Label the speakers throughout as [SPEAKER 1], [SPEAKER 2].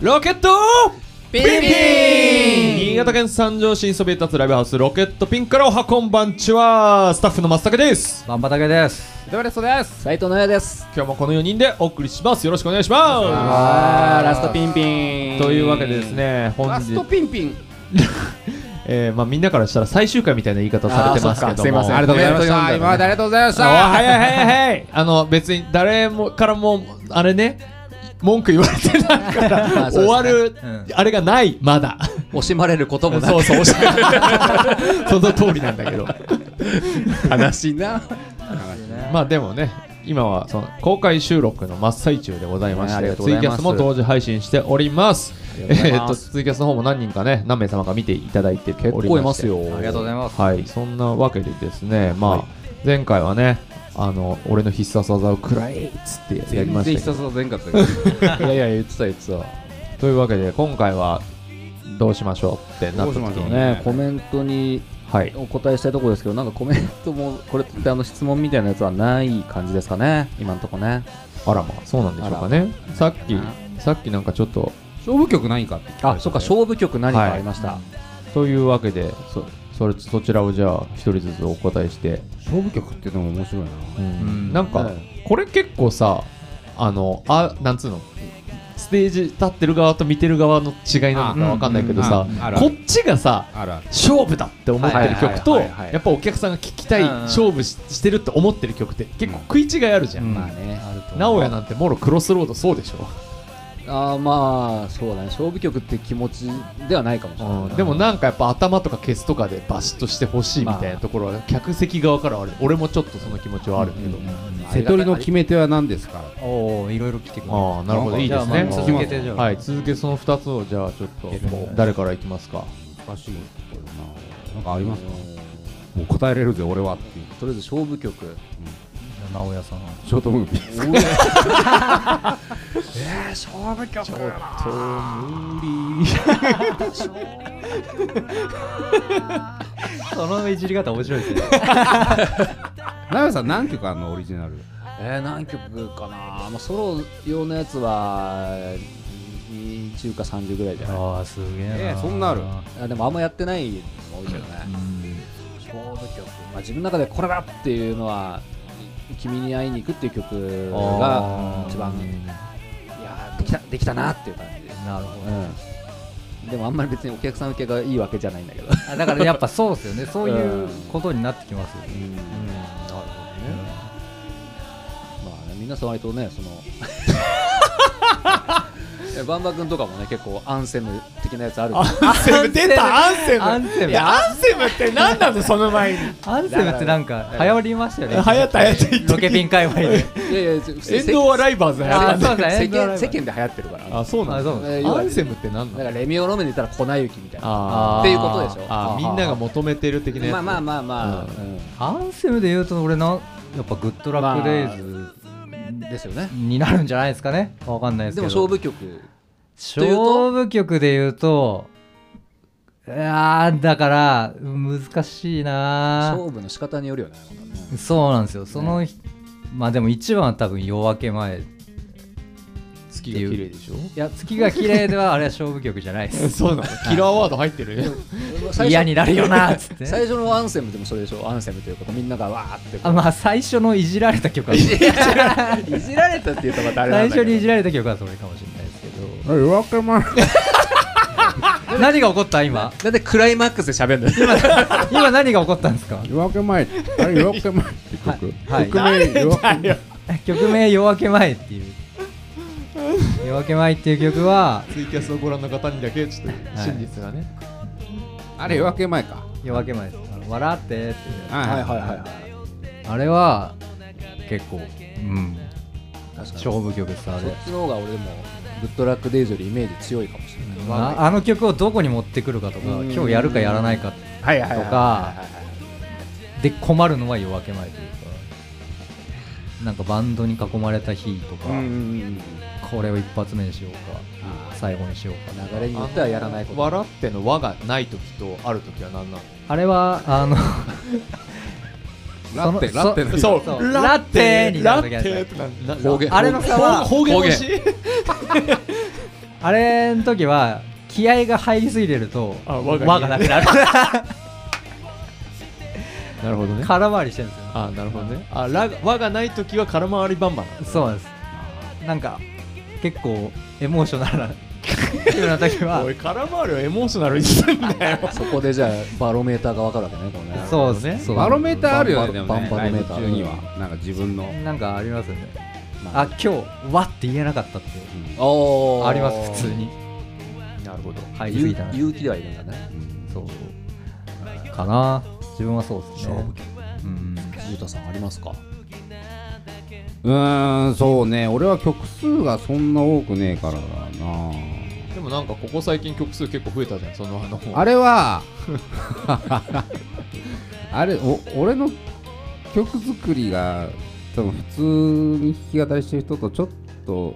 [SPEAKER 1] ロケット
[SPEAKER 2] ピンピン
[SPEAKER 1] 新潟県三条市にそびえ立つライブハウスロケットピンからおはこんばんちはスタッフの松竹です
[SPEAKER 3] バンバタケです。
[SPEAKER 1] どうもそうです
[SPEAKER 2] 斉藤のやです
[SPEAKER 1] 今日もこの4人でお送りしますよろしくお願いしま
[SPEAKER 2] あーラストピンピン
[SPEAKER 1] すというわけでですね本
[SPEAKER 2] ラス
[SPEAKER 1] 日
[SPEAKER 2] トピンピン
[SPEAKER 1] えー、まあみんなからしたら最終回みたいな言い方されてますけ
[SPEAKER 2] あ
[SPEAKER 1] ども
[SPEAKER 2] ーそっかすいません
[SPEAKER 3] ありがとうございました
[SPEAKER 2] コメント今までありがとうございまし
[SPEAKER 1] おい
[SPEAKER 2] た
[SPEAKER 1] 早い早い早いあの別に誰もからもあれね文句言われてないから
[SPEAKER 2] まあそうですね
[SPEAKER 1] 終わる
[SPEAKER 3] うん
[SPEAKER 1] あれがないまだ
[SPEAKER 2] 惜しまれることもな
[SPEAKER 1] そ
[SPEAKER 2] く
[SPEAKER 1] うそうおし その通りなんだけど
[SPEAKER 2] 悲しいな
[SPEAKER 1] まあでもね今はその公開収録の真っ最中でございまし
[SPEAKER 2] はいあり
[SPEAKER 1] て
[SPEAKER 2] がとうご
[SPEAKER 1] ツイ
[SPEAKER 2] ざい
[SPEAKER 1] キ
[SPEAKER 2] ます
[SPEAKER 1] ャスも同時配信しております
[SPEAKER 2] ありがとうござい
[SPEAKER 1] えーっ
[SPEAKER 2] ま
[SPEAKER 1] と
[SPEAKER 2] す
[SPEAKER 1] ツイキャスの方も何人かね何名様か見ていただいて結
[SPEAKER 2] 結構いますよ
[SPEAKER 3] ありがとうございます。
[SPEAKER 1] はい、そんなわけでですね、まあ、
[SPEAKER 2] はい
[SPEAKER 1] 前回はね、あの、俺の必殺技を食らえっつってやりましたけど。
[SPEAKER 3] 殺は全かったけど。
[SPEAKER 1] いやいや、言ってた言ってた。というわけで、今回は、どうしましょうってなった時
[SPEAKER 3] どうしましょ
[SPEAKER 1] に
[SPEAKER 3] う
[SPEAKER 4] ね、コメントに
[SPEAKER 1] はい。
[SPEAKER 4] お答えしたいところですけど、なんかコメントも、これってあの質問みたいなやつはない感じですかね、今のとこね。
[SPEAKER 1] あらまあ、そうなんでしょうかね。さっき
[SPEAKER 4] あ、
[SPEAKER 1] さっきなんかちょっと、
[SPEAKER 3] 勝負曲何かって。
[SPEAKER 4] あ、そっか、勝負曲何かありました。
[SPEAKER 1] というわけで、そ、それ、そちらをじゃあ、一人ずつお答えして、
[SPEAKER 3] 勝負曲ってのも面白いな。
[SPEAKER 1] うん
[SPEAKER 3] ん
[SPEAKER 1] なんか、これ結構さ、あの、あ、なんつうの、ステージ立ってる側と見てる側の違いなのかわかんないけどさ、
[SPEAKER 3] うんうんうんあるあ
[SPEAKER 1] こ
[SPEAKER 3] る
[SPEAKER 1] っちがさ
[SPEAKER 3] あら。
[SPEAKER 1] 勝負だって思ってる曲と
[SPEAKER 3] はいはいはいはい
[SPEAKER 1] やっぱお客さんが聞きたい
[SPEAKER 4] うんうん
[SPEAKER 1] 勝負ししてるって思ってる曲って結構食い違いあるじゃん、
[SPEAKER 3] うん
[SPEAKER 4] まあね。あると
[SPEAKER 1] 直哉なんてもろクロスロードそうでしょ、
[SPEAKER 4] あーまあ、そうだね、勝負曲って気持ちではないかもしれない。
[SPEAKER 1] でもなんかやっぱ頭とかケツとかでバシッとしてほしいみたいなところは客席側からはある俺もちょっとその気持ちはあるけど、
[SPEAKER 3] 瀬戸りの決め手は何ですか。
[SPEAKER 5] おおいろいろ来てくる
[SPEAKER 1] ああなるほどいいです
[SPEAKER 5] じゃあ
[SPEAKER 1] ね
[SPEAKER 5] まあ続けてじゃあ
[SPEAKER 1] はい続けてその2つをじゃあちょっともう誰からいきますか
[SPEAKER 3] 難しいところな。なんかありますか。もう答えれるぜ俺はっていう。
[SPEAKER 4] とりあえず勝負曲。
[SPEAKER 5] 直哉さん
[SPEAKER 3] ショートムービー。
[SPEAKER 5] そのいじり方面白いですね
[SPEAKER 3] なよさん何曲あんのオリジナル。
[SPEAKER 4] えー、何曲かな、まあ、ソロ用のやつは、20か30ぐらいじゃない
[SPEAKER 5] ああすげえな
[SPEAKER 3] ええそんなある
[SPEAKER 4] あでもあんまやってないのが多いけどね。勝負曲、まあ、自分の中でこれだっていうのは「君に会いに行く」っていう曲が一番いやーできたできたなっていう感じで、
[SPEAKER 5] なるほど
[SPEAKER 4] うん、でもあんまり別にお客さん受けがいいわけじゃないんだけど、
[SPEAKER 5] あだからやっぱそうですよねそういうことになってきますよね
[SPEAKER 4] うんまあねみんなさ割とね そのいやバンバ君とかもね結構アンセム的なやつある
[SPEAKER 1] アンセム出たアンセム
[SPEAKER 5] アンセム
[SPEAKER 1] いやアンセムって何なのその前に
[SPEAKER 5] アンセムってなんか流行りましたよね
[SPEAKER 1] 流行った流行った言って
[SPEAKER 5] ロ ケピン界隈で
[SPEAKER 4] いやいや普通
[SPEAKER 1] 遠藤はライバーズだ
[SPEAKER 5] あ
[SPEAKER 1] よ
[SPEAKER 5] ーそうです
[SPEAKER 4] 世
[SPEAKER 5] ね
[SPEAKER 4] 間世間で流行ってるから
[SPEAKER 1] あそう
[SPEAKER 5] な
[SPEAKER 1] なんん
[SPEAKER 5] だ
[SPEAKER 1] だ
[SPEAKER 4] えーい
[SPEAKER 1] ア
[SPEAKER 4] わゆ
[SPEAKER 1] ン
[SPEAKER 4] る
[SPEAKER 1] セムって何
[SPEAKER 4] だか
[SPEAKER 1] な
[SPEAKER 4] ら
[SPEAKER 1] の
[SPEAKER 4] レミオロメンで言ったら粉雪みたいな
[SPEAKER 1] あー
[SPEAKER 4] っていうことでしょ
[SPEAKER 1] あーみんなが求めてる的なやつ
[SPEAKER 4] まあまあまあまあ、うん
[SPEAKER 5] アンセムで言うと俺のやっぱグッドラックデイズ
[SPEAKER 4] ですよね
[SPEAKER 5] になるんじゃないですかねわかんないです
[SPEAKER 4] で
[SPEAKER 5] け
[SPEAKER 4] も
[SPEAKER 5] ど
[SPEAKER 4] 勝負曲という
[SPEAKER 5] 勝
[SPEAKER 4] と
[SPEAKER 5] 負曲で言うとあーだから難しいなー
[SPEAKER 4] 勝負の仕方によるよねなんかね
[SPEAKER 5] そうなんですよその、まあでも一番は多分夜明け前
[SPEAKER 1] 月が綺麗でしょ
[SPEAKER 5] いや月が綺麗ではあれは勝負曲じゃな いで す
[SPEAKER 1] そうなのキラーワード入ってるね
[SPEAKER 4] 最初
[SPEAKER 5] 嫌になるよなっつっ て
[SPEAKER 4] 最初のアンセムでもそれでしょアンセムということみんながわーってこ
[SPEAKER 5] あまあ最初のいじられた曲は
[SPEAKER 4] ういじられたって言うとまたあれな
[SPEAKER 5] 最
[SPEAKER 4] んだけ
[SPEAKER 5] 初
[SPEAKER 4] ど
[SPEAKER 5] にいじられた曲はそれかもしれないですけど
[SPEAKER 3] 夜明け前。
[SPEAKER 5] 何が起こった今
[SPEAKER 4] だってクライマックスで喋るんだよ
[SPEAKER 5] 今何が起こったんですか
[SPEAKER 3] 夜明け前。あれ夜明け前って曲。
[SPEAKER 5] はい
[SPEAKER 3] 曲名夜明け前。
[SPEAKER 5] 曲名「夜明け前」っていう「夜明け前」っていう曲は
[SPEAKER 1] ツイキャスをご覧の方にだけちょっと真実がね、
[SPEAKER 3] あれ夜明け前か。
[SPEAKER 5] 「夜明け前」ですあの笑って」っていうや
[SPEAKER 3] はいはい
[SPEAKER 4] はい
[SPEAKER 5] つあれは結構うん
[SPEAKER 4] 確かにそ
[SPEAKER 5] 勝負曲ですあれ
[SPEAKER 4] っちの方が俺でもグッドラックデイズよりイメージ強いかもしれない
[SPEAKER 5] ああの曲をどこに持ってくるかとか
[SPEAKER 4] うん
[SPEAKER 5] 今日やるかやらないか
[SPEAKER 4] はい
[SPEAKER 5] とかで困るのは夜明け前というかなんかバンドに囲まれた日とか
[SPEAKER 4] うんうんうん
[SPEAKER 5] これを一発目にしよう
[SPEAKER 4] あ
[SPEAKER 5] か最後にしようか
[SPEAKER 4] ー流れによってはやらないこと
[SPEAKER 1] 笑っての輪がない時とある時は何な
[SPEAKER 5] あれはあの
[SPEAKER 3] ラッテ
[SPEAKER 5] そ
[SPEAKER 3] ラッテ
[SPEAKER 1] の
[SPEAKER 3] の。
[SPEAKER 1] そう
[SPEAKER 5] ラッテーにな
[SPEAKER 1] ラ
[SPEAKER 5] る
[SPEAKER 1] ッ
[SPEAKER 5] 時
[SPEAKER 1] テ
[SPEAKER 5] ある
[SPEAKER 1] ーってなんだ
[SPEAKER 4] 方言
[SPEAKER 5] あれの差は
[SPEAKER 1] 方言越し
[SPEAKER 5] あれの時は気合が入りすぎてると
[SPEAKER 1] あ
[SPEAKER 5] 輪
[SPEAKER 1] 輪
[SPEAKER 5] が
[SPEAKER 1] が
[SPEAKER 5] なくなる
[SPEAKER 1] なるほどね
[SPEAKER 5] 空回りしてるんですよ
[SPEAKER 1] あなるほどねあら輪がない時は空回りバンバン
[SPEAKER 5] そうなんですなんか結構エモーショナルなような時は
[SPEAKER 1] おい空回りはエモーショナルにすんだよ
[SPEAKER 4] そこでじゃあバロメーターが分かるわけねこれね
[SPEAKER 5] そうですねそう
[SPEAKER 3] バロメーターあるよね、でも
[SPEAKER 4] バ
[SPEAKER 3] ね。
[SPEAKER 4] ンバ
[SPEAKER 3] ラ
[SPEAKER 4] ロ
[SPEAKER 3] イ
[SPEAKER 4] メ
[SPEAKER 3] ブ
[SPEAKER 4] ーター
[SPEAKER 3] 中には、なんか自分の。
[SPEAKER 5] なんかありますよね
[SPEAKER 4] ま
[SPEAKER 5] あ今日わって言えなかったっていう
[SPEAKER 4] おー
[SPEAKER 5] あります普通に
[SPEAKER 1] なるほど
[SPEAKER 5] 入りす
[SPEAKER 4] ゆ
[SPEAKER 5] ぎたな
[SPEAKER 4] 勇気ではいるんだね
[SPEAKER 5] そうそうかな自分はそうですねうん
[SPEAKER 4] ゆうたさんありますか
[SPEAKER 3] うーん、そうね。俺は曲数がそんな多くねえからだな。
[SPEAKER 1] でもなんかここ最近曲数結構増えたじゃんそのあの
[SPEAKER 3] あれは、あれ、お俺の曲作りが、多分普通に弾き語りしてる人とちょっと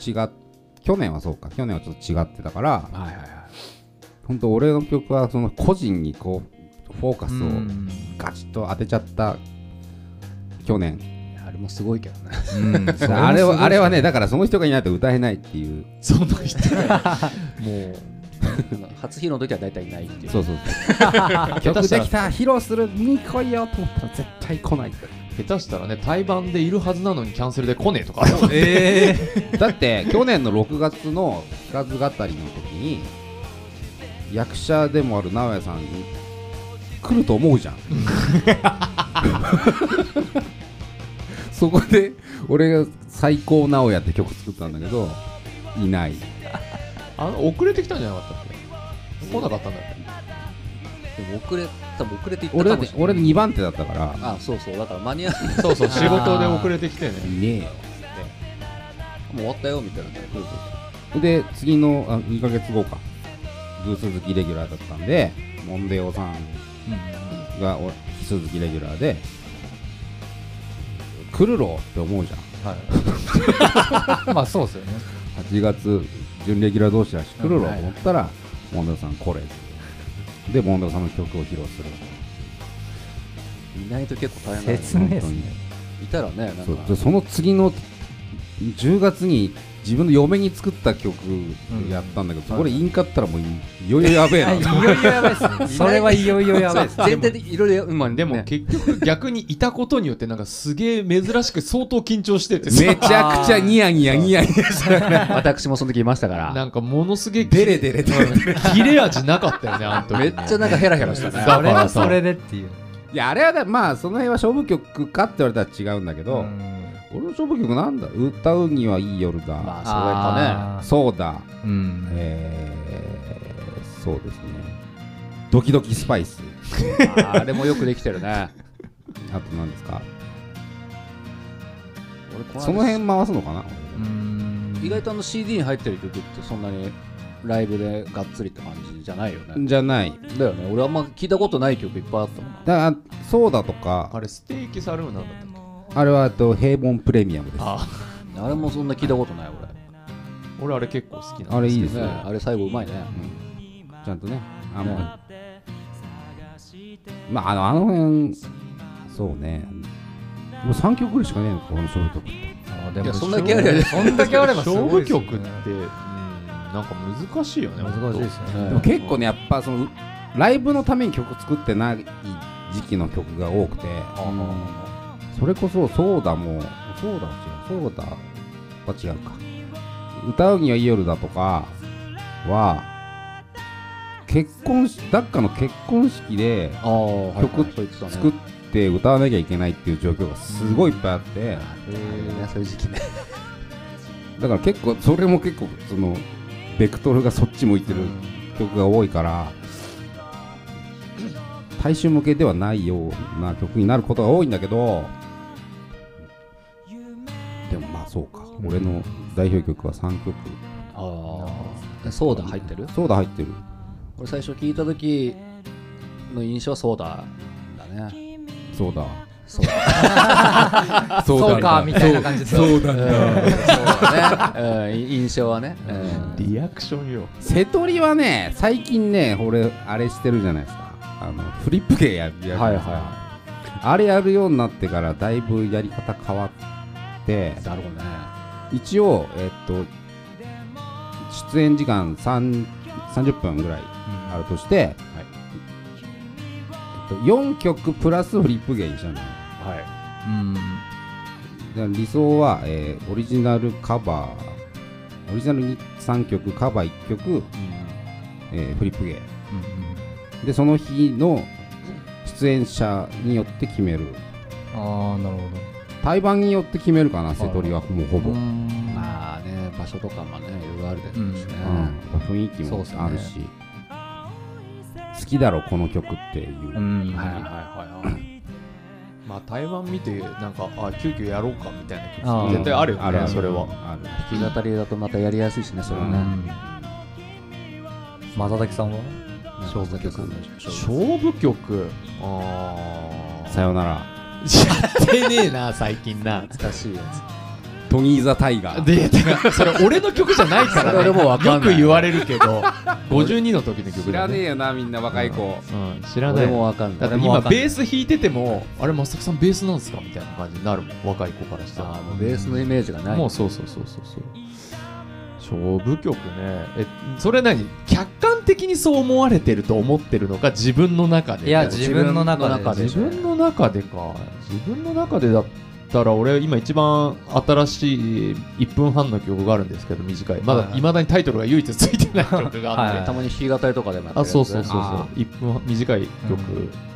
[SPEAKER 3] 違っ去年はそうか、去年はちょっと違ってたから、
[SPEAKER 4] はいはい
[SPEAKER 3] 本当俺の曲はその個人にこう、フォーカス
[SPEAKER 5] う
[SPEAKER 3] を
[SPEAKER 5] ん
[SPEAKER 3] ガチッと当てちゃった去年。
[SPEAKER 4] あれもすごいけどね
[SPEAKER 5] うんそ
[SPEAKER 3] あれ
[SPEAKER 5] もすごい
[SPEAKER 3] はあれはね、だからその人がいないと歌えないっていう。
[SPEAKER 1] その人もう
[SPEAKER 4] 初披露の時は大体いないっていう
[SPEAKER 3] そううそうそう。曲できた、披露するに来いよと思ったら絶対来ない。
[SPEAKER 1] 下手したらね対バンでいるはずなのにキャンセルで来ねえとかあるもんね
[SPEAKER 5] ええ
[SPEAKER 3] だって、去年の6月の弾かず語りの時に、役者でもある直哉さんに来ると思う じゃん。そこで、俺が最高直哉って曲作ったんだけど、いない。
[SPEAKER 1] あの遅れてきたんじゃなかったっけ来なかったんだっけ
[SPEAKER 4] でも遅れ多分遅れていった
[SPEAKER 3] 俺だ
[SPEAKER 4] か
[SPEAKER 3] っ
[SPEAKER 4] も
[SPEAKER 3] て
[SPEAKER 4] しれない
[SPEAKER 3] 俺2番手だったから、
[SPEAKER 4] あそうそうだから間に合わない
[SPEAKER 1] そうそう仕事で遅れてきてね
[SPEAKER 3] いねえよ。
[SPEAKER 4] もう終わったよみたいな来る
[SPEAKER 3] で次のあ2ヶ月後か偶数月レギュラーだったんでモンデオさんがお奇数月レギュラーで来るろって思うじゃん
[SPEAKER 5] はいまあそうですよね
[SPEAKER 3] 8月準レギュラー同士だし来るろと思ったらモンデオさん来れでモンデオさんの曲を披露する
[SPEAKER 4] といないと結構大変だよね
[SPEAKER 5] 切ねえっす
[SPEAKER 3] 本
[SPEAKER 5] ね
[SPEAKER 4] いたらねなん
[SPEAKER 3] そう
[SPEAKER 4] か
[SPEAKER 3] でその次の10月に自分の嫁に作った曲やったんだけど、そこでいんかったらもういいよいよやべえ
[SPEAKER 5] はいい
[SPEAKER 3] な
[SPEAKER 5] よいよやばいっすねそれはいよいよやばいっす
[SPEAKER 4] 全体的にいろいろまあ
[SPEAKER 1] でも
[SPEAKER 4] ね
[SPEAKER 1] 結局 逆にいたことによってなんかすげえ珍しく相当緊張しててさ
[SPEAKER 3] めちゃくちゃニヤニヤニヤニヤ
[SPEAKER 4] 私もその時いましたから
[SPEAKER 1] なんかものすげえ
[SPEAKER 3] デレデレデレ
[SPEAKER 1] 切れ味なかったよねあの時
[SPEAKER 4] めっちゃなんかヘラヘラしたね
[SPEAKER 1] だ
[SPEAKER 5] そ
[SPEAKER 1] か
[SPEAKER 5] れは
[SPEAKER 1] ら
[SPEAKER 5] そ
[SPEAKER 1] さ
[SPEAKER 5] れでっていう
[SPEAKER 3] いやあれはねまあその辺は勝負曲かって言われたら違うんだけど、
[SPEAKER 5] うん
[SPEAKER 3] 俺の勝負曲なんだ歌うにはいい夜だ、
[SPEAKER 4] まあ
[SPEAKER 5] あー
[SPEAKER 3] そうだ
[SPEAKER 5] うん
[SPEAKER 3] えー、そうですねドキドキスパイス
[SPEAKER 4] それかねあれもよくできてるね
[SPEAKER 3] あと何ですか
[SPEAKER 4] 俺こ
[SPEAKER 3] その
[SPEAKER 4] 間
[SPEAKER 3] 辺回すのかな
[SPEAKER 5] うん
[SPEAKER 4] 意外とあの CD に入ってる曲ってそんなにライブでがっつりって感じじゃないよね
[SPEAKER 3] じゃないだ
[SPEAKER 4] だよね俺あんま聞いたことない曲いっぱいあったもんな
[SPEAKER 3] からそうだとか
[SPEAKER 1] あれステーキサルーンなんだったっけ
[SPEAKER 3] あれはえっと平凡プレミアムですあ
[SPEAKER 1] あ
[SPEAKER 4] あれもそんな聞いたことない俺
[SPEAKER 1] 俺あれ結構好きな
[SPEAKER 3] れいいです
[SPEAKER 4] ね
[SPEAKER 3] ね、
[SPEAKER 4] あれ最後うまいね
[SPEAKER 3] ちゃんとねあんまり、まああのあの辺そうねもう3曲ぐらいしかねえのかこの勝負曲
[SPEAKER 5] あで
[SPEAKER 4] い
[SPEAKER 5] も
[SPEAKER 4] やそんだけありゃね
[SPEAKER 5] そんだけあればす
[SPEAKER 1] 勝
[SPEAKER 5] ご
[SPEAKER 1] 負
[SPEAKER 5] いっすよね
[SPEAKER 1] 曲ってうんなんか難しいよね
[SPEAKER 5] 難しいですね
[SPEAKER 3] でも結構ねやっぱそのライブのために曲作ってない時期の曲が多くてそれこそ「そうだ」も「そうだ」は違う「そうだ」は違うか「歌うにはいい夜だ」とかは結婚しダッカの結婚式で
[SPEAKER 4] ああ
[SPEAKER 3] 曲
[SPEAKER 4] そう言ってたね
[SPEAKER 3] 作って歌わなきゃいけないっていう状況がすごいいっぱいあって
[SPEAKER 4] ねそういう時期ね
[SPEAKER 3] だから結構それも結構そのベクトルがそっち向いてる曲が多いから大衆向けではないような曲になることが多いんだけどでもまあそうか俺の代表曲は3曲
[SPEAKER 4] ああソーダ入ってる
[SPEAKER 3] そうだ入ってる
[SPEAKER 4] 俺最初聞いた時の印象はソーダだね
[SPEAKER 3] そうだ
[SPEAKER 4] そうだ
[SPEAKER 5] そうかみたいな感じでそうだ
[SPEAKER 4] ねうん印象はねうん
[SPEAKER 1] リアクションよ
[SPEAKER 3] 瀬戸りはね最近ね俺あれしてるじゃないですかあのフリップ系やるやつ
[SPEAKER 4] はいは
[SPEAKER 3] あれやるようになってからだいぶやり方変わって
[SPEAKER 4] だろうね
[SPEAKER 3] 一応えっと出演時間3 30分ぐらいあるとして、えっと、4曲プラスフリップ芸にしたのよ
[SPEAKER 2] は
[SPEAKER 5] うん
[SPEAKER 3] だから理想は、えーオリジナルカバーオリジナルに3曲カバー1曲、えーフリップ芸でその日の出演者によって決める
[SPEAKER 5] ああなるほど
[SPEAKER 3] 対バンによって決めるかな瀬戸りはもうほぼ、
[SPEAKER 5] う
[SPEAKER 3] うん
[SPEAKER 5] ん
[SPEAKER 4] まあね、場所とかもね、いろいろあるでしょうしね。
[SPEAKER 3] 雰囲気
[SPEAKER 5] そう
[SPEAKER 3] も
[SPEAKER 5] っすね
[SPEAKER 3] あるし、好きだろこの曲っていう、
[SPEAKER 5] うん
[SPEAKER 4] はいはいはいはい。
[SPEAKER 1] まあ台湾見てなんかあ急遽やろうかみたいな気
[SPEAKER 5] あ
[SPEAKER 1] が
[SPEAKER 5] ー
[SPEAKER 1] 絶対あるよね
[SPEAKER 3] あるある
[SPEAKER 1] それは
[SPEAKER 3] ある
[SPEAKER 4] 弾き語りだとまたやりやすいしね、それは
[SPEAKER 5] う
[SPEAKER 4] ね。
[SPEAKER 5] ん正崎さんは
[SPEAKER 4] 勝負曲の勝負
[SPEAKER 1] 勝負曲あ
[SPEAKER 3] さよなら
[SPEAKER 1] やってねえな最近な
[SPEAKER 4] 懐かしいや
[SPEAKER 3] トニー・ザ・タイガー
[SPEAKER 1] でてかそれ俺の曲じゃないからね
[SPEAKER 3] それもうわかんない
[SPEAKER 1] よく言われるけど52の時の曲
[SPEAKER 3] 知
[SPEAKER 1] だ
[SPEAKER 3] ら
[SPEAKER 1] よ
[SPEAKER 3] ねえ
[SPEAKER 1] ね
[SPEAKER 3] よなみんな若い子
[SPEAKER 1] うん知
[SPEAKER 4] つ。
[SPEAKER 1] らな
[SPEAKER 4] 俺
[SPEAKER 1] い
[SPEAKER 4] もわかん
[SPEAKER 1] だ
[SPEAKER 4] ない
[SPEAKER 1] っ。て今ベース弾いててもあれまさきさんベースなんですかみたいな感じになるもん若い子からした
[SPEAKER 4] あ
[SPEAKER 1] ら
[SPEAKER 4] ーもうベースのイメージがない。
[SPEAKER 1] もうそうそうそうそうそう勝負曲ねえそれ何客観的にそう思われてると思ってるのか自分の中で
[SPEAKER 5] いや自分の中で
[SPEAKER 1] 自分の中でか自分の中でだったら俺今一番新しい1分半の曲があるんですけど短いま
[SPEAKER 5] はい
[SPEAKER 1] だ
[SPEAKER 5] はい
[SPEAKER 1] いまだにタイトルが唯一ついてない曲があって、
[SPEAKER 5] はい
[SPEAKER 4] たまに弾き語りとかでもやってるやつね
[SPEAKER 1] あそうそうそう
[SPEAKER 4] あ
[SPEAKER 1] そう1分半短い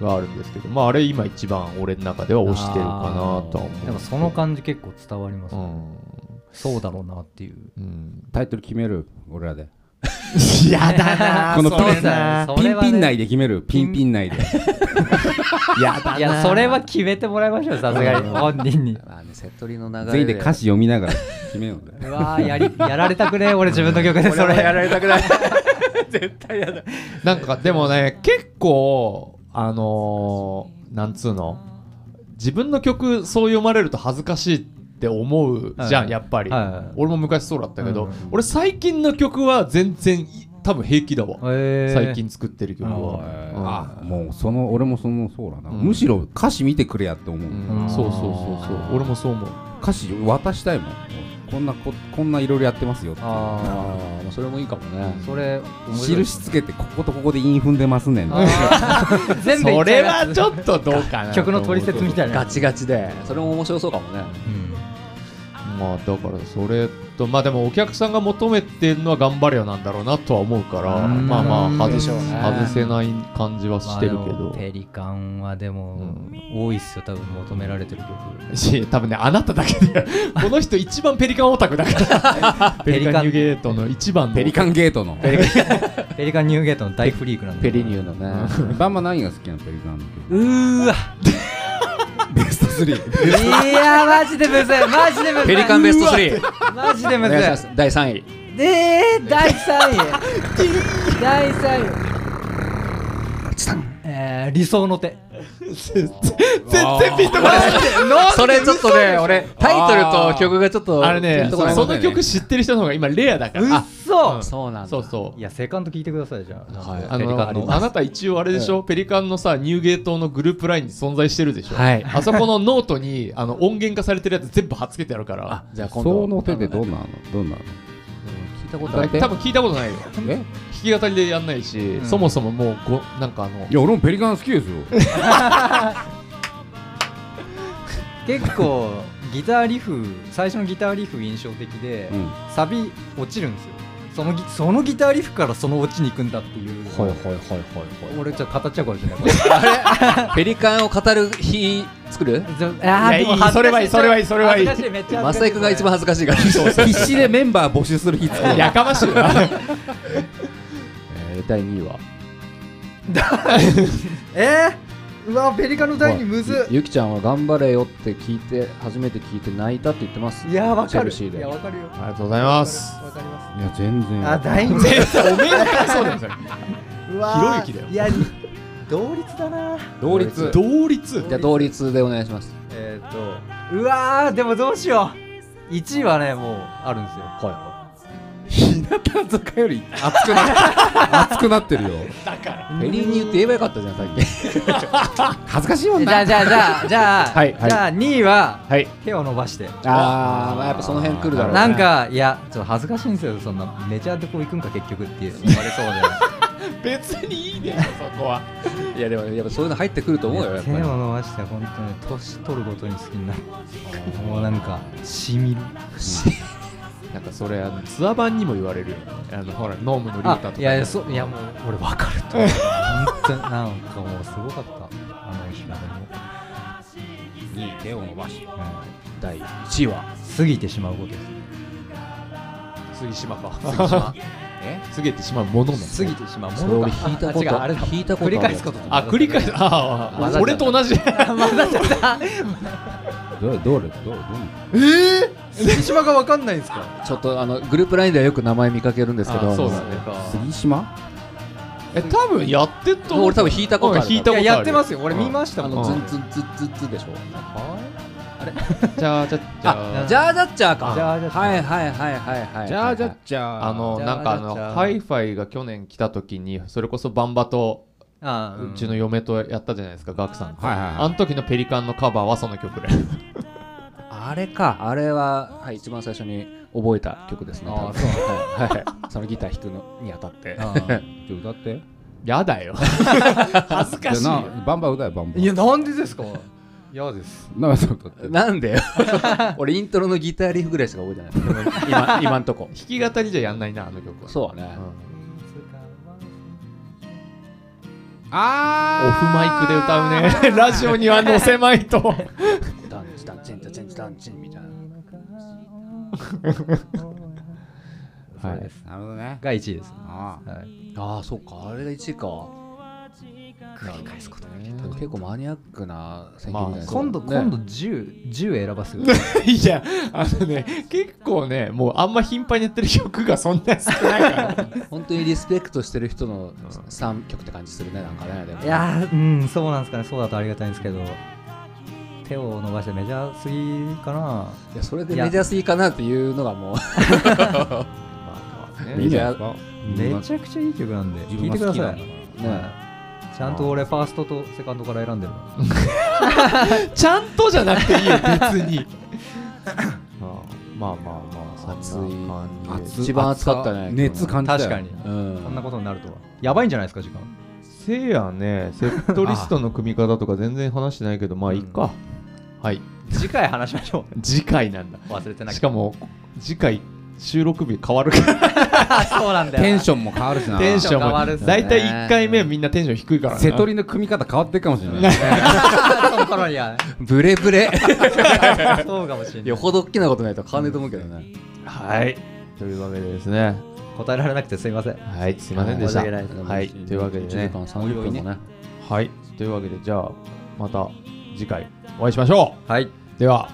[SPEAKER 1] 曲があるんですけど、まああれ今一番俺の中では推してるかなとは思う
[SPEAKER 5] でもその感じ結構伝わります
[SPEAKER 1] う
[SPEAKER 5] ね、
[SPEAKER 1] ん、
[SPEAKER 5] そうだろうなっていう
[SPEAKER 1] う ん、
[SPEAKER 3] タイトル決める俺らで
[SPEAKER 1] やだな
[SPEAKER 3] この
[SPEAKER 5] そ
[SPEAKER 3] ピン
[SPEAKER 5] れなそ
[SPEAKER 3] ピ
[SPEAKER 5] れ
[SPEAKER 3] ン
[SPEAKER 5] はね
[SPEAKER 3] ピン内で決めるピンピン内で
[SPEAKER 1] やだ
[SPEAKER 5] いやそれは決めてもらいましょうさすがに本人に
[SPEAKER 4] まあね、セットリの流れ。
[SPEAKER 3] 全員で歌詞読みながら決めようぜ
[SPEAKER 5] うわーやりやられたくねえ俺自分の曲でそれやられたくない絶対やだ
[SPEAKER 1] なんかでもね結構あのーなんつうの自分の曲そう読まれると恥ずかしいって思うじゃん、
[SPEAKER 5] はい
[SPEAKER 1] やっぱり、
[SPEAKER 5] はいはい
[SPEAKER 1] 俺も昔そうだったけど、
[SPEAKER 5] うんうん
[SPEAKER 1] 俺最近の曲は全然い多分平気だわ、
[SPEAKER 5] えー、
[SPEAKER 1] 最近作ってる曲は、
[SPEAKER 3] えー
[SPEAKER 1] うん
[SPEAKER 3] あもうその俺もそのそうだな、
[SPEAKER 1] うん
[SPEAKER 3] むしろ歌詞見てくれやって思う、
[SPEAKER 1] うん
[SPEAKER 5] うん
[SPEAKER 1] そうそうそうそう俺もそう思う
[SPEAKER 3] 歌詞渡したいもんこんなここんないろいろやってますよって
[SPEAKER 5] あ
[SPEAKER 4] ああ、それもいいかもね。
[SPEAKER 5] あそれ面白い
[SPEAKER 3] 印つけてこことここで韻踏んでますねん
[SPEAKER 5] あ ー全部い
[SPEAKER 1] そ
[SPEAKER 5] っちゃ
[SPEAKER 1] れ
[SPEAKER 5] うや
[SPEAKER 1] は
[SPEAKER 5] つ
[SPEAKER 1] ちょっとどうかな
[SPEAKER 5] 曲の取説みたいな
[SPEAKER 4] ガチガチで。それも面白そうかもね。
[SPEAKER 1] まあだからそれとまあでもお客さんが求めてるのは頑張れよなんだろうなとは思うから
[SPEAKER 5] うん
[SPEAKER 1] まあまあ
[SPEAKER 5] で
[SPEAKER 1] 外
[SPEAKER 5] し
[SPEAKER 1] し
[SPEAKER 5] ょうね
[SPEAKER 1] 外せない感じはしてるけ
[SPEAKER 5] まあで
[SPEAKER 1] ど、
[SPEAKER 5] もペリカンはでも、
[SPEAKER 1] うん
[SPEAKER 5] 多いっすよ多分求められてる曲
[SPEAKER 1] し多分ねあなただけ でこの人一番ペリカンオタクだからペリカンニューゲートの一番の
[SPEAKER 3] ペリカンゲートの
[SPEAKER 5] ペリカンニューゲートの大フリークなんだ
[SPEAKER 4] ペリニューのね。
[SPEAKER 3] バンマ何が好きなのペリカンの
[SPEAKER 5] うーわ
[SPEAKER 3] 曲ベスト3
[SPEAKER 5] いやーマジでむずいマジでむずい
[SPEAKER 4] ペリカンベスト3。
[SPEAKER 5] マジで
[SPEAKER 4] お
[SPEAKER 5] むず
[SPEAKER 4] 願いしま
[SPEAKER 5] い
[SPEAKER 4] す。第3位。
[SPEAKER 5] でー第3位第3位えー、理想の手
[SPEAKER 1] 全然ピンとこない
[SPEAKER 4] それちょっとね、俺、タイトルと曲がちょっと。
[SPEAKER 1] あれね
[SPEAKER 4] ピンとこ
[SPEAKER 1] そ
[SPEAKER 4] ない
[SPEAKER 1] その曲知ってる人の方が今レアだか
[SPEAKER 5] う
[SPEAKER 1] ら
[SPEAKER 5] っそ、
[SPEAKER 4] そうなんだ。
[SPEAKER 1] そうそう
[SPEAKER 5] いやセカンド聞いてくださいじゃあ、
[SPEAKER 4] はい
[SPEAKER 1] あ
[SPEAKER 5] ペリ
[SPEAKER 1] の
[SPEAKER 5] カ
[SPEAKER 1] あ
[SPEAKER 5] ンの
[SPEAKER 1] のあなた一応あれでしょ、ペリカンのさニューゲートのグループラインに存在してるでしょ、
[SPEAKER 4] はい
[SPEAKER 1] あそこのノートにあの音源化されてるやつ全部貼っつけてあるから
[SPEAKER 4] じゃあ今度。
[SPEAKER 3] その手でどんなのどんなの
[SPEAKER 4] 聞いたことあ
[SPEAKER 1] 多
[SPEAKER 4] る。
[SPEAKER 1] 分聞いたことないよ
[SPEAKER 3] え
[SPEAKER 1] 弾き語りでやんないし、
[SPEAKER 5] ん
[SPEAKER 1] そもそももうごなんかあの
[SPEAKER 3] いや俺もペリカン好きですよ
[SPEAKER 5] 結構ギターリフ最初のギターリフ印象的で、
[SPEAKER 3] うん
[SPEAKER 5] サビ落ちるんですよそのギそのギターリフからその落ちに行くんだっていう、
[SPEAKER 4] はいはいはい
[SPEAKER 5] 俺ちょっと語っちゃうかもしれない
[SPEAKER 4] はい。ペリカンを語る日作る
[SPEAKER 5] あ
[SPEAKER 1] いやいいそれはいいそれはいいそれはいい
[SPEAKER 5] 恥ずかしめっちゃ
[SPEAKER 4] マ
[SPEAKER 5] 恥ず
[SPEAKER 4] サイ
[SPEAKER 5] かし
[SPEAKER 4] クが一番恥ずかしいから。
[SPEAKER 3] 必死でメンバー募集する日作る
[SPEAKER 1] やかましいわ
[SPEAKER 4] えー第2位は
[SPEAKER 5] えー、うわペリカンの第二むず
[SPEAKER 4] ゆきちゃんは頑張れよって聞いて初めて聞いて泣いたって言ってます
[SPEAKER 5] いやわ
[SPEAKER 4] チェ
[SPEAKER 5] か
[SPEAKER 4] ル
[SPEAKER 5] る
[SPEAKER 4] シーで
[SPEAKER 5] いやわかるよ
[SPEAKER 1] ありがとうございます
[SPEAKER 5] わかりま
[SPEAKER 3] いや全
[SPEAKER 5] す
[SPEAKER 3] 然
[SPEAKER 5] あ第
[SPEAKER 1] 全
[SPEAKER 5] 二
[SPEAKER 1] 然おめえの感想だよそれ
[SPEAKER 5] うわー
[SPEAKER 1] ひろゆきだよ
[SPEAKER 5] いや同率だな
[SPEAKER 3] 同率
[SPEAKER 1] 同率
[SPEAKER 4] じゃあ同率でお願いします
[SPEAKER 5] えっ、ー、とうわーでもどうしよう1位はねもうあるんですよ
[SPEAKER 4] は
[SPEAKER 3] 向坂より熱くなって 熱くなってるよ
[SPEAKER 4] フェリーニューって言えばよかったじゃん、さっき。
[SPEAKER 3] 恥ずかしいもん
[SPEAKER 5] じゃ
[SPEAKER 3] な
[SPEAKER 5] あじゃあじゃあじゃあ、
[SPEAKER 4] はいはい
[SPEAKER 5] じゃあ2位は
[SPEAKER 4] はい。
[SPEAKER 5] 手を伸ばして
[SPEAKER 4] あ ー、まあ、やっぱその辺来るだろうね。
[SPEAKER 5] なんかいやちょっと恥ずかしいんですよそんなメジャーでこう行くんか結局って言われそう
[SPEAKER 1] 別にいいでしょそこは
[SPEAKER 4] いや、でも、やっぱそういうの入ってくると思うよ、
[SPEAKER 5] で
[SPEAKER 4] やっ
[SPEAKER 5] 手
[SPEAKER 4] ぱ
[SPEAKER 5] を
[SPEAKER 4] り。
[SPEAKER 5] 伸ばして本当に年取るごとに好きになるもうなんかしみる
[SPEAKER 1] なんかそれあのツアー版にも言われるよねあのほらノームのリー
[SPEAKER 5] あ
[SPEAKER 1] タとか
[SPEAKER 5] いやいやそういやもう俺分かると思う 本当になんかもうすごかったあの日がでも
[SPEAKER 3] に手を伸ばし
[SPEAKER 4] 第1位は。
[SPEAKER 5] 過ぎてしまう ことです
[SPEAKER 1] 杉島か杉島え過ぎてしまうものね
[SPEAKER 5] 過ぎてしまう
[SPEAKER 4] それ
[SPEAKER 5] もの
[SPEAKER 4] 俺
[SPEAKER 5] か
[SPEAKER 4] 引いたこと
[SPEAKER 5] あ違うあれだ
[SPEAKER 4] 引いたことあ
[SPEAKER 5] 繰
[SPEAKER 4] る
[SPEAKER 5] り返すこと
[SPEAKER 1] あ繰り返 すあ
[SPEAKER 4] 混
[SPEAKER 1] あ
[SPEAKER 4] ざっちゃった
[SPEAKER 1] 俺と同じ
[SPEAKER 3] どれどれどれどれ
[SPEAKER 5] 杉島が分かんないんですか
[SPEAKER 4] ちょっと、あの、グループラインではよく名前見かけるんですけど、
[SPEAKER 1] あそうだね
[SPEAKER 3] 杉島
[SPEAKER 1] え多分やってっと思
[SPEAKER 4] もう
[SPEAKER 1] う
[SPEAKER 4] 俺多分引いたことある
[SPEAKER 1] うん引いた
[SPEAKER 5] い
[SPEAKER 1] ことあ
[SPEAKER 5] や
[SPEAKER 1] る
[SPEAKER 5] やってますよ俺見ました
[SPEAKER 4] あ
[SPEAKER 5] も
[SPEAKER 4] の、
[SPEAKER 5] ん
[SPEAKER 4] ズ
[SPEAKER 1] う
[SPEAKER 4] ンズンズンズンズンでしょ。
[SPEAKER 1] じゃあじゃじゃ
[SPEAKER 4] あ、
[SPEAKER 1] あ
[SPEAKER 4] ジャージャッチャーか。
[SPEAKER 5] ジャージャッチャー
[SPEAKER 4] はいはいはいはいはい。
[SPEAKER 3] じゃあじゃ
[SPEAKER 4] は
[SPEAKER 3] あじゃあ
[SPEAKER 1] あの
[SPEAKER 5] じゃあ
[SPEAKER 1] なんかあの
[SPEAKER 5] じゃあ
[SPEAKER 1] ハイファイが去年来た時にそれこそバンバと
[SPEAKER 5] あ
[SPEAKER 1] うちの嫁とやったじゃないですかガクさん
[SPEAKER 3] はいはい
[SPEAKER 1] あ
[SPEAKER 3] は
[SPEAKER 1] の時のペリカンのカバーはその曲 で
[SPEAKER 4] いあれか。あれは、はい、一番最初に覚えた曲ですね。
[SPEAKER 5] あー
[SPEAKER 4] 多分はいはい。そのギター弾くのにあたって。
[SPEAKER 3] いちょ歌って
[SPEAKER 1] やだよ恥ずかしい
[SPEAKER 3] じゃあ
[SPEAKER 1] よ
[SPEAKER 3] なバンバン歌えバンバン
[SPEAKER 5] いやなんで ですか嫌です
[SPEAKER 3] なそう歌って
[SPEAKER 4] なんでよ俺イントロのギターリフぐらいしか覚えてない 今今んとこ
[SPEAKER 1] 弾き語りじゃやんないなあの曲は
[SPEAKER 4] そうだね
[SPEAKER 1] オフマイクで歌う ねラジオには載せまいと
[SPEAKER 4] ダンチダンチンダンチンダンチンみたいな
[SPEAKER 5] そうです
[SPEAKER 3] なるほどね
[SPEAKER 5] が1位です
[SPEAKER 3] ああ
[SPEAKER 5] はい
[SPEAKER 4] ああそうかあれが1位か
[SPEAKER 5] 繰り返すこと
[SPEAKER 4] でも結構マニアックな選
[SPEAKER 1] まあ
[SPEAKER 4] 挙みたいな
[SPEAKER 5] 今度
[SPEAKER 4] ね
[SPEAKER 5] 今度10 10選ば すよ
[SPEAKER 1] いやあのね結構ねもうあんま頻繁にやってる曲がそんなに少ないから
[SPEAKER 4] 本当にリスペクトしてる人の3曲って感じするねなんかねでも
[SPEAKER 5] いやーうんそうなんですかねそうだとありがたいんですけど手を伸ばしてメジャーすぎかない
[SPEAKER 4] やそれでメジャーすぎかなっていうのがもう
[SPEAKER 3] いいん
[SPEAKER 1] ね
[SPEAKER 3] じゃないですか
[SPEAKER 5] めちゃくちゃいい曲なんで
[SPEAKER 3] 自
[SPEAKER 5] 聞い
[SPEAKER 3] 分
[SPEAKER 5] て
[SPEAKER 3] が
[SPEAKER 5] く
[SPEAKER 3] 好
[SPEAKER 5] だ
[SPEAKER 3] きな
[SPEAKER 5] さ
[SPEAKER 3] んだ
[SPEAKER 5] い
[SPEAKER 4] ね
[SPEAKER 5] ちゃんと俺ファーストとセカンドから選んでるの
[SPEAKER 1] ちゃんとじゃなくていいよ別にああ まあまあまあ
[SPEAKER 4] 熱
[SPEAKER 1] そんな感じで
[SPEAKER 3] から熱
[SPEAKER 4] 一番暑かったね
[SPEAKER 3] 熱感じた
[SPEAKER 5] 確
[SPEAKER 3] よ
[SPEAKER 5] かに
[SPEAKER 4] うん
[SPEAKER 5] こんなことになるとはやばいんじゃないですか時間
[SPEAKER 1] せいや ねセットリストの組み方とか全然話してないけどまあいいか、はい
[SPEAKER 5] 次回話しましょ
[SPEAKER 1] 次回なんだ
[SPEAKER 5] う忘れてな
[SPEAKER 1] し
[SPEAKER 5] き
[SPEAKER 1] かも次回収録日変わるから
[SPEAKER 5] ゃそうなんだよ
[SPEAKER 3] テ ンションも変わるしな
[SPEAKER 1] テンション
[SPEAKER 5] 変わるっ
[SPEAKER 1] も
[SPEAKER 5] すね
[SPEAKER 1] 大体1回目みんなテンション低いからな
[SPEAKER 3] セトリの組み方変わってるかもしれない
[SPEAKER 5] ョンその頃には
[SPEAKER 4] ブレブレ
[SPEAKER 5] そうかもしれない
[SPEAKER 4] よほど大きなことないと変わんないと思うけどね
[SPEAKER 1] はいというわけでですね
[SPEAKER 5] 答えられなくてすいません
[SPEAKER 1] はいすいませんでした
[SPEAKER 5] はい
[SPEAKER 1] はいというわけで
[SPEAKER 4] 1
[SPEAKER 1] ね
[SPEAKER 4] 時間30分もね
[SPEAKER 1] はいというわけでじゃあまた次回お会いしましょ
[SPEAKER 5] はい。
[SPEAKER 1] うでは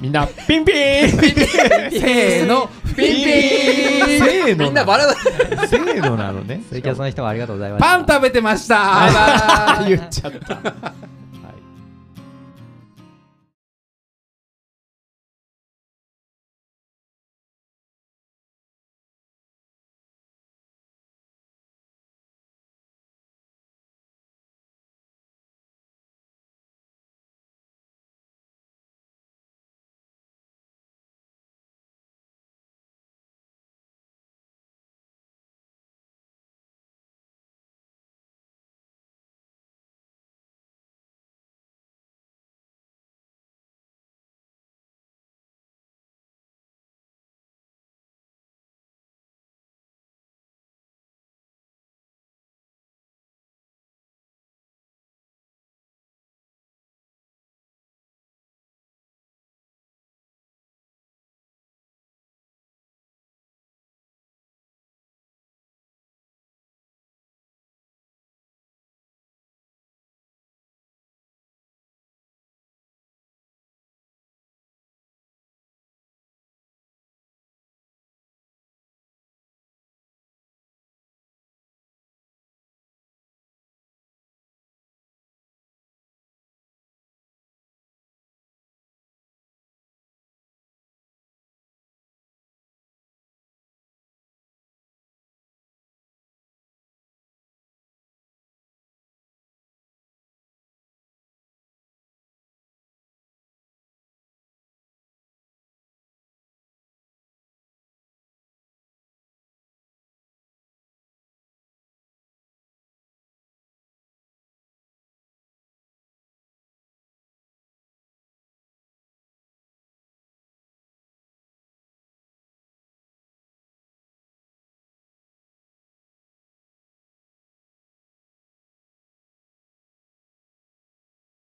[SPEAKER 1] みんなピン ピン
[SPEAKER 5] せーの。
[SPEAKER 1] ピンピンせーの
[SPEAKER 4] みんなバラバラ
[SPEAKER 1] ラせーのなのね
[SPEAKER 5] ツイキャスの人もありがとうございました。
[SPEAKER 3] パン食べてました
[SPEAKER 1] あら言っちゃった